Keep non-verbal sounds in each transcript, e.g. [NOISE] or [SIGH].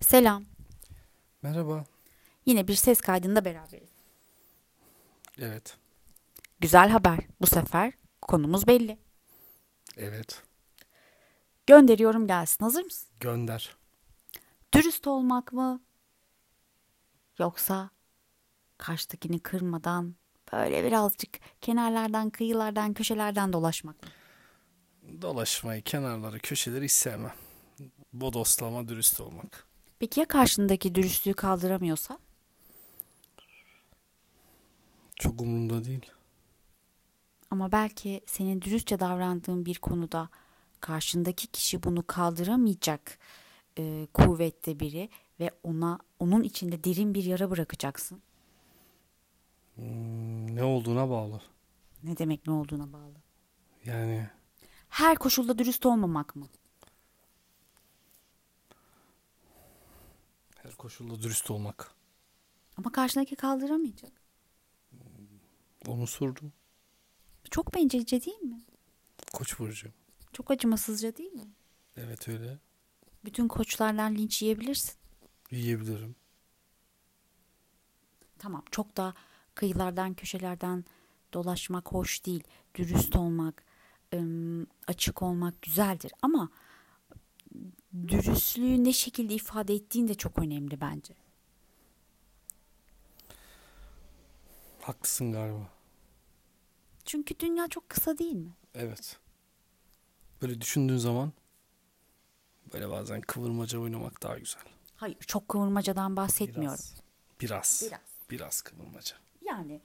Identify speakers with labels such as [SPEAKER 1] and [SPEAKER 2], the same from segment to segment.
[SPEAKER 1] Selam.
[SPEAKER 2] Merhaba.
[SPEAKER 1] Yine bir ses kaydında beraberiz.
[SPEAKER 2] Evet.
[SPEAKER 1] Güzel haber. Bu sefer konumuz belli.
[SPEAKER 2] Evet.
[SPEAKER 1] Gönderiyorum gelsin. Hazır mısın?
[SPEAKER 2] Gönder.
[SPEAKER 1] Dürüst olmak mı? Yoksa karşıdakini kırmadan böyle birazcık kenarlardan, kıyılardan, köşelerden dolaşmak mı?
[SPEAKER 2] Dolaşmayı, kenarları, köşeleri hiç sevmem. Bodoslama, dürüst olmak.
[SPEAKER 1] Peki ya karşındaki dürüstlüğü kaldıramıyorsa?
[SPEAKER 2] Çok umurumda değil.
[SPEAKER 1] Ama belki senin dürüstçe davrandığın bir konuda karşındaki kişi bunu kaldıramayacak e, kuvvette biri ve ona onun içinde derin bir yara bırakacaksın.
[SPEAKER 2] Hmm, ne olduğuna bağlı.
[SPEAKER 1] Ne demek ne olduğuna bağlı.
[SPEAKER 2] Yani
[SPEAKER 1] Her koşulda dürüst olmamak mı?
[SPEAKER 2] her koşulda dürüst olmak.
[SPEAKER 1] Ama karşındaki kaldıramayacak.
[SPEAKER 2] Onu sordum.
[SPEAKER 1] Çok bencilce değil mi?
[SPEAKER 2] Koç burcu.
[SPEAKER 1] Çok acımasızca değil mi?
[SPEAKER 2] Evet öyle.
[SPEAKER 1] Bütün koçlardan linç yiyebilirsin.
[SPEAKER 2] Yiyebilirim.
[SPEAKER 1] Tamam çok da kıyılardan köşelerden dolaşmak hoş değil. Dürüst olmak, ım, açık olmak güzeldir ama dürüstlüğü ne şekilde ifade ettiğin de çok önemli bence.
[SPEAKER 2] Haklısın galiba.
[SPEAKER 1] Çünkü dünya çok kısa değil mi?
[SPEAKER 2] Evet. Böyle düşündüğün zaman böyle bazen kıvırmaca oynamak daha güzel.
[SPEAKER 1] Hayır çok kıvırmacadan bahsetmiyorum.
[SPEAKER 2] Biraz. Biraz.
[SPEAKER 1] Biraz.
[SPEAKER 2] Biraz kıvırmaca.
[SPEAKER 1] Yani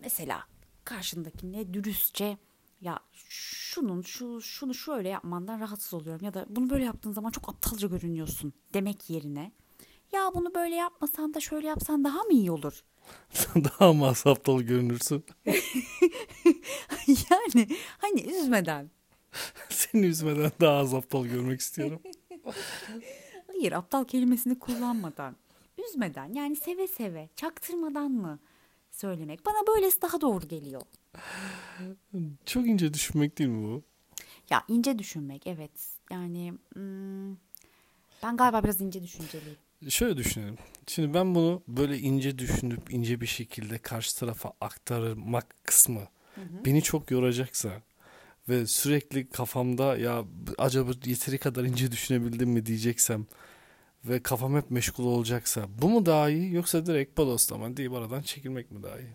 [SPEAKER 1] mesela karşındakine dürüstçe ya şunun şu şunu şöyle yapmandan rahatsız oluyorum ya da bunu böyle yaptığın zaman çok aptalca görünüyorsun demek yerine ya bunu böyle yapmasan da şöyle yapsan daha mı iyi olur?
[SPEAKER 2] [LAUGHS]
[SPEAKER 1] [LAUGHS]
[SPEAKER 2] daha masraflı görünürsün.
[SPEAKER 1] yani hani üzmeden.
[SPEAKER 2] [LAUGHS] Seni üzmeden daha az aptal görmek istiyorum.
[SPEAKER 1] Hayır aptal kelimesini kullanmadan. üzmeden yani seve seve çaktırmadan mı söylemek? Bana böylesi daha doğru geliyor.
[SPEAKER 2] Çok ince düşünmek değil mi bu?
[SPEAKER 1] Ya ince düşünmek evet. Yani hmm, ben galiba biraz ince düşünceliyim.
[SPEAKER 2] Şöyle düşünelim. Şimdi ben bunu böyle ince düşünüp ince bir şekilde karşı tarafa aktarmak kısmı beni çok yoracaksa ve sürekli kafamda ya b- acaba yeteri kadar ince düşünebildim mi diyeceksem ve kafam hep meşgul olacaksa bu mu daha iyi yoksa direkt bodoslama deyip aradan çekilmek mi daha iyi?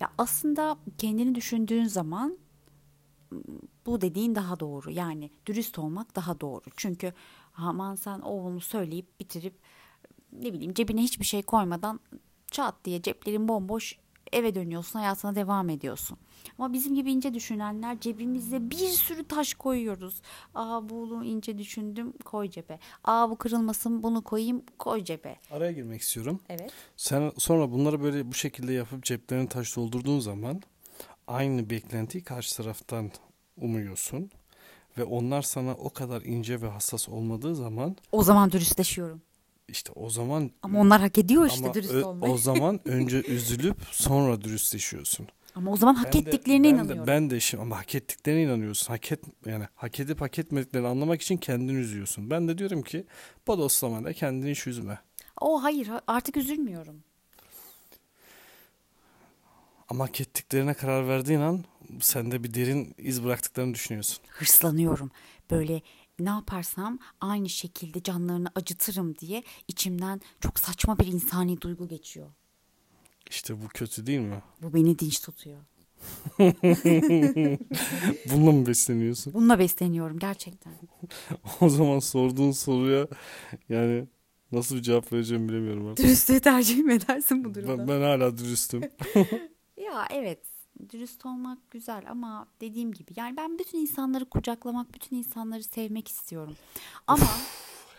[SPEAKER 1] Ya aslında kendini düşündüğün zaman m, bu dediğin daha doğru. Yani dürüst olmak daha doğru. Çünkü aman sen o bunu söyleyip bitirip ne bileyim cebine hiçbir şey koymadan çat diye ceplerin bomboş eve dönüyorsun hayatına devam ediyorsun. Ama bizim gibi ince düşünenler cebimize bir sürü taş koyuyoruz. Aa bunu ince düşündüm koy cebe. Aa bu kırılmasın bunu koyayım koy cebe.
[SPEAKER 2] Araya girmek istiyorum.
[SPEAKER 1] Evet.
[SPEAKER 2] Sen sonra bunları böyle bu şekilde yapıp ceplerini taş doldurduğun zaman aynı beklentiyi karşı taraftan umuyorsun ve onlar sana o kadar ince ve hassas olmadığı zaman
[SPEAKER 1] O zaman dürüstleşiyorum.
[SPEAKER 2] işte o zaman
[SPEAKER 1] Ama onlar hak ediyor işte
[SPEAKER 2] ama
[SPEAKER 1] dürüst
[SPEAKER 2] ö-
[SPEAKER 1] olmayı. [LAUGHS]
[SPEAKER 2] o zaman önce üzülüp sonra dürüstleşiyorsun.
[SPEAKER 1] Ama o zaman hak
[SPEAKER 2] Ben de-
[SPEAKER 1] ettiklerine
[SPEAKER 2] ben de-
[SPEAKER 1] inanıyorum.
[SPEAKER 2] ben de şimdi ama hak ettiklerine inanıyorsun. Hak et, yani hak edip hak etmediklerini anlamak için kendini üzüyorsun. Ben de diyorum ki bodoslama da kendini hiç üzme.
[SPEAKER 1] O hayır ha- artık üzülmüyorum.
[SPEAKER 2] Ama hak ettiklerine karar verdiğin an sende bir derin iz bıraktıklarını düşünüyorsun.
[SPEAKER 1] Hırslanıyorum. Böyle ne yaparsam aynı şekilde canlarını acıtırım diye içimden çok saçma bir insani duygu geçiyor.
[SPEAKER 2] İşte bu kötü değil mi?
[SPEAKER 1] Bu beni dinç tutuyor.
[SPEAKER 2] Bununla mı besleniyorsun? [LAUGHS]
[SPEAKER 1] Bununla besleniyorum gerçekten.
[SPEAKER 2] O zaman sorduğun soruya yani nasıl bir cevap vereceğimi bilemiyorum artık.
[SPEAKER 1] Dürüstlüğü tercih mi edersin bu durumda?
[SPEAKER 2] Ben, ben hala dürüstüm.
[SPEAKER 1] [LAUGHS] Ya evet dürüst olmak güzel ama dediğim gibi yani ben bütün insanları kucaklamak, bütün insanları sevmek istiyorum. Ama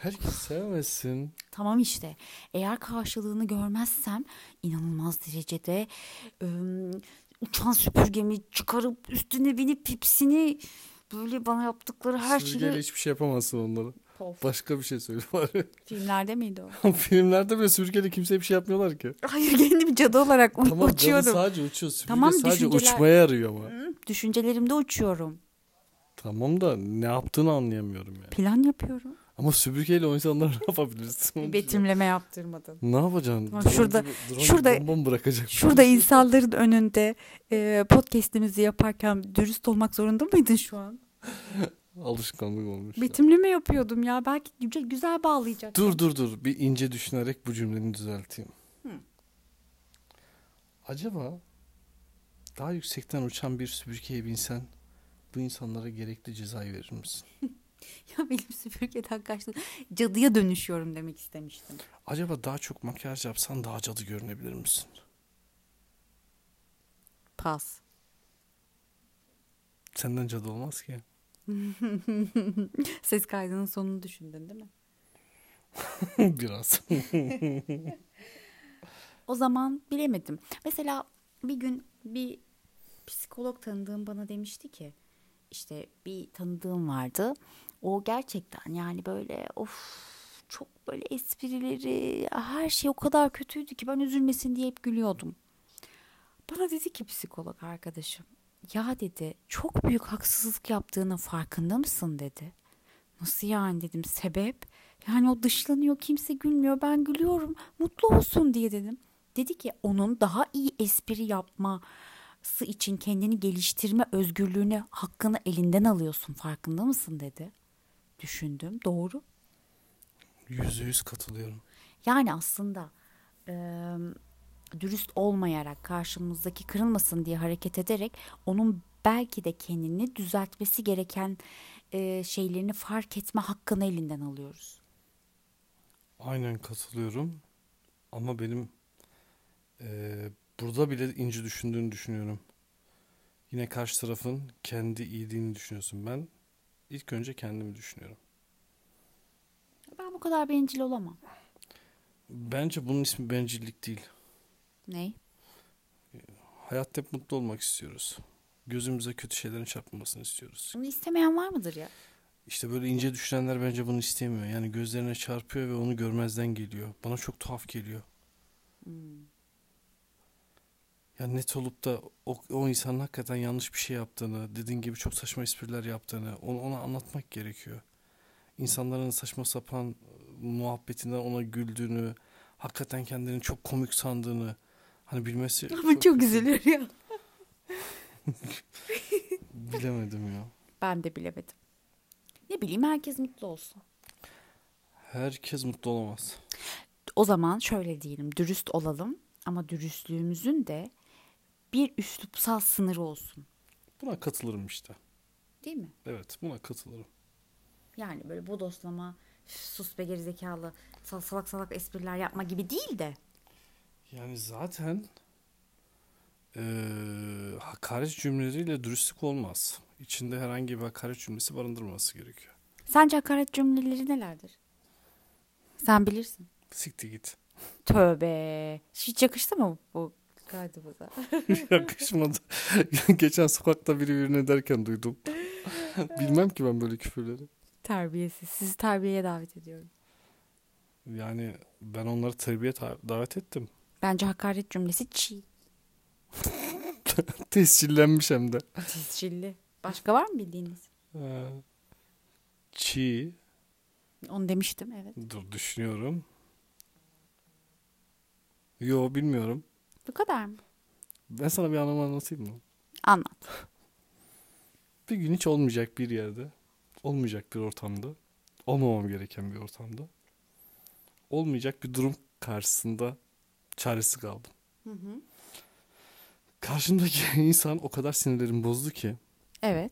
[SPEAKER 2] Herkes sevmesin.
[SPEAKER 1] Tamam işte. Eğer karşılığını görmezsem inanılmaz derecede ım, uçan süpürgemi çıkarıp üstüne binip pipsini böyle bana yaptıkları her
[SPEAKER 2] Süpürgeyle
[SPEAKER 1] şeyi...
[SPEAKER 2] hiçbir şey yapamazsın onları.
[SPEAKER 1] Of,
[SPEAKER 2] Başka bir şey söyle bari. [LAUGHS]
[SPEAKER 1] Filmlerde miydi o?
[SPEAKER 2] Filmlerde bile süpürgeyle kimseye bir şey yapmıyorlar ki.
[SPEAKER 1] [LAUGHS] Hayır kendimi cadı olarak u-
[SPEAKER 2] Tamam canı
[SPEAKER 1] uçuyorum.
[SPEAKER 2] sadece uçuyor. Süpürge
[SPEAKER 1] Tamam,
[SPEAKER 2] sadece
[SPEAKER 1] düşünceler-
[SPEAKER 2] uçmaya yarıyor ama.
[SPEAKER 1] Hı, Düşüncelerimde uçuyorum.
[SPEAKER 2] Tamam da ne yaptığını anlayamıyorum yani.
[SPEAKER 1] Plan yapıyorum.
[SPEAKER 2] Ama süpürgeyle o insanlar [LAUGHS] ne yapabilirsin?
[SPEAKER 1] Betimleme yaptırmadın.
[SPEAKER 2] Ne yapacaksın?
[SPEAKER 1] Ama şurada-
[SPEAKER 2] gibi- drone
[SPEAKER 1] şurada-
[SPEAKER 2] gibi bomba mı bırakacak.
[SPEAKER 1] Şurada insanların önünde e, podcast'imizi yaparken dürüst olmak zorunda mıydın şu an?
[SPEAKER 2] Alışkanlık olmuş.
[SPEAKER 1] Betimleme yapıyordum ya. Belki güzel, güzel bağlayacak.
[SPEAKER 2] Dur dur dur. Bir ince düşünerek bu cümlemi düzelteyim. Acaba daha yüksekten uçan bir süpürgeye binsen bu insanlara gerekli cezayı verir misin?
[SPEAKER 1] Ya benim süpürgeden kaçtı. Cadıya dönüşüyorum demek istemiştim.
[SPEAKER 2] Acaba daha çok makyaj yapsan daha cadı görünebilir misin?
[SPEAKER 1] Pas.
[SPEAKER 2] Senden cadı olmaz ki. [LAUGHS]
[SPEAKER 1] Ses kaydının sonunu düşündün değil mi?
[SPEAKER 2] Biraz.
[SPEAKER 1] O zaman bilemedim. Mesela bir gün bir psikolog tanıdığım bana demişti ki işte bir tanıdığım vardı. O gerçekten yani böyle of çok böyle esprileri her şey o kadar kötüydü ki ben üzülmesin diye hep gülüyordum. Bana dedi ki psikolog arkadaşım ya dedi çok büyük haksızlık yaptığının farkında mısın dedi. Nasıl yani dedim sebep. Yani o dışlanıyor kimse gülmüyor ben gülüyorum mutlu olsun diye dedim. Dedi ki onun daha iyi espri yapması için kendini geliştirme özgürlüğünü hakkını elinden alıyorsun farkında mısın dedi. Düşündüm doğru.
[SPEAKER 2] Yüzde yüz katılıyorum.
[SPEAKER 1] Yani aslında eee, dürüst olmayarak karşımızdaki kırılmasın diye hareket ederek onun belki de kendini düzeltmesi gereken eee, şeylerini fark etme hakkını elinden alıyoruz.
[SPEAKER 2] Aynen katılıyorum. Ama benim eee, burada bile ince düşündüğünü düşünüyorum. Yine karşı tarafın kendi iyiliğini düşünüyorsun. Ben ilk önce kendimi düşünüyorum.
[SPEAKER 1] Ben bu kadar bencil olamam.
[SPEAKER 2] Bence bunun ismi bencillik değil.
[SPEAKER 1] Ney?
[SPEAKER 2] Hayatta hep mutlu olmak istiyoruz. Gözümüze kötü şeylerin çarpmamasını istiyoruz.
[SPEAKER 1] Bunu istemeyen var mıdır ya?
[SPEAKER 2] İşte böyle ince düşünenler bence bunu istemiyor. Yani gözlerine çarpıyor ve onu görmezden geliyor. Bana çok tuhaf geliyor. Ya net olup da o, o insanın hakikaten yanlış bir şey yaptığını, dediğin gibi çok saçma espriler yaptığını, onu ona anlatmak gerekiyor. İnsanların saçma sapan e, muhabbetinden ona güldüğünü, hakikaten kendini çok komik sandığını, hani bilmesi
[SPEAKER 1] Ama çok üzülür ya.
[SPEAKER 2] bilemedim ya.
[SPEAKER 1] Ben de bilemedim. Ne bileyim herkes mutlu olsun.
[SPEAKER 2] Herkes mutlu olamaz.
[SPEAKER 1] O zaman şöyle diyelim dürüst olalım ama dürüstlüğümüzün de bir üslupsal sınırı olsun.
[SPEAKER 2] Buna katılırım işte.
[SPEAKER 1] Değil mi?
[SPEAKER 2] Evet, buna katılırım.
[SPEAKER 1] Yani böyle bodoslama, "Üf, sus be gerizekalı, sal- salak salak espriler yapma gibi değil de.
[SPEAKER 2] Yani zaten eee, hakaret cümleleriyle dürüstlük olmaz. İçinde herhangi bir hakaret cümlesi barındırması gerekiyor.
[SPEAKER 1] Sence hakaret cümleleri nelerdir? Sen bilirsin.
[SPEAKER 2] Siktir git. [LAUGHS]
[SPEAKER 1] Tövbe. Hiç yakıştı mı bu kaydımıza?
[SPEAKER 2] Yakışmadı. [LAUGHS] Geçen sokakta biri birine derken duydum. [LAUGHS] Bilmem ki ben böyle küfürleri.
[SPEAKER 1] Terbiyesiz. Sizi terbiyeye davet ediyorum.
[SPEAKER 2] Yani ben onları terbiye ta- davet ettim. [LAUGHS]
[SPEAKER 1] Bence hakaret cümlesi çiğ.
[SPEAKER 2] Tescillenmiş hem de.
[SPEAKER 1] Tescilli. Başka var mı bildiğiniz?
[SPEAKER 2] Ee, Çiğ.
[SPEAKER 1] Onu demiştim evet.
[SPEAKER 2] Dur düşünüyorum. Yo bilmiyorum.
[SPEAKER 1] Bu kadar mı?
[SPEAKER 2] Ben sana bir anımı anlatayım mı?
[SPEAKER 1] Anlat.
[SPEAKER 2] Bir gün hiç olmayacak bir yerde, olmayacak bir ortamda, olmamam gereken bir ortamda, olmayacak bir durum karşısında çaresiz kaldım. Karşımdaki [LAUGHS] insan o kadar sinirlerim bozdu ki
[SPEAKER 1] Evet.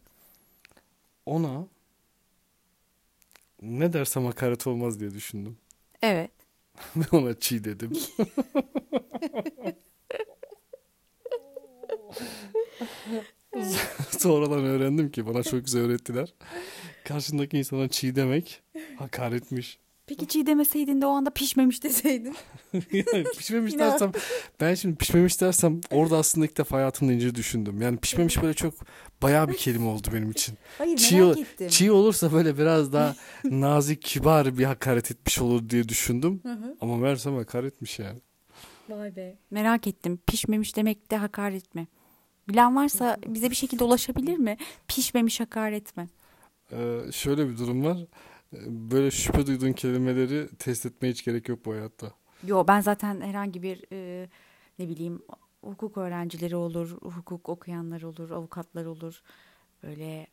[SPEAKER 2] ona ne dersem hakaret olmaz diye düşündüm. [LAUGHS]
[SPEAKER 1] Evet.
[SPEAKER 2] Ve ona çiğ dedim. [LAUGHS] Sonradan öğrendim ki bana çok güzel öğrettiler. Karşındaki insana çiğ demek hakaretmiş.
[SPEAKER 1] Peki çiğ demeseydin de o anda pişmemiş deseydin.
[SPEAKER 2] Yani pişmemiş
[SPEAKER 1] İnan.
[SPEAKER 2] dersem ben şimdi pişmemiş dersem orada aslında ilk defa hayatımda ince düşündüm. Yani pişmemiş böyle çok bayağı bir kelime oldu benim için.
[SPEAKER 1] [LAUGHS] Hayır
[SPEAKER 2] Çiğ
[SPEAKER 1] merak
[SPEAKER 2] ol-
[SPEAKER 1] ettim.
[SPEAKER 2] Çiğ olursa böyle biraz daha nazik kibar bir hakaret etmiş olur diye düşündüm. Ama meğersem hakaretmiş yani.
[SPEAKER 1] Vay be. Merak ettim. Pişmemiş demek de hakaret mi? Bilen varsa bize bir şekilde ulaşabilir mi? Pişmemiş hakaret mi?
[SPEAKER 2] Ee, şöyle bir durum var. Böyle şüphe duyduğun kelimeleri test etmeye hiç gerek yok bu hayatta.
[SPEAKER 1] Yo ben zaten herhangi bir e, ne bileyim hukuk öğrencileri olur, hukuk okuyanlar olur, avukatlar olur. Böyle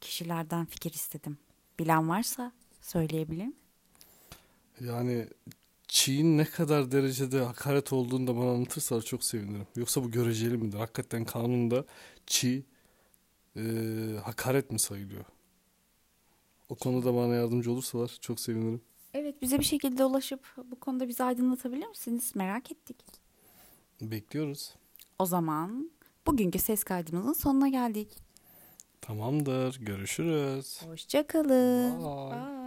[SPEAKER 1] kişilerden fikir istedim. Bilen varsa söyleyebilir mi?
[SPEAKER 2] Yani Çiğ'in ne kadar derecede hakaret olduğunu da bana anlatırsalar çok sevinirim. Yoksa bu göreceli midir? Hakikaten kanunda Çiğ e, hakaret mi sayılıyor? O konuda bana yardımcı olursalar çok sevinirim.
[SPEAKER 1] Evet bize bir şekilde ulaşıp bu konuda bizi aydınlatabilir misiniz? Merak ettik.
[SPEAKER 2] Bekliyoruz.
[SPEAKER 1] O zaman bugünkü ses kaydımızın sonuna geldik.
[SPEAKER 2] Tamamdır. Görüşürüz.
[SPEAKER 1] Hoşçakalın.
[SPEAKER 2] Bye.
[SPEAKER 1] Bye.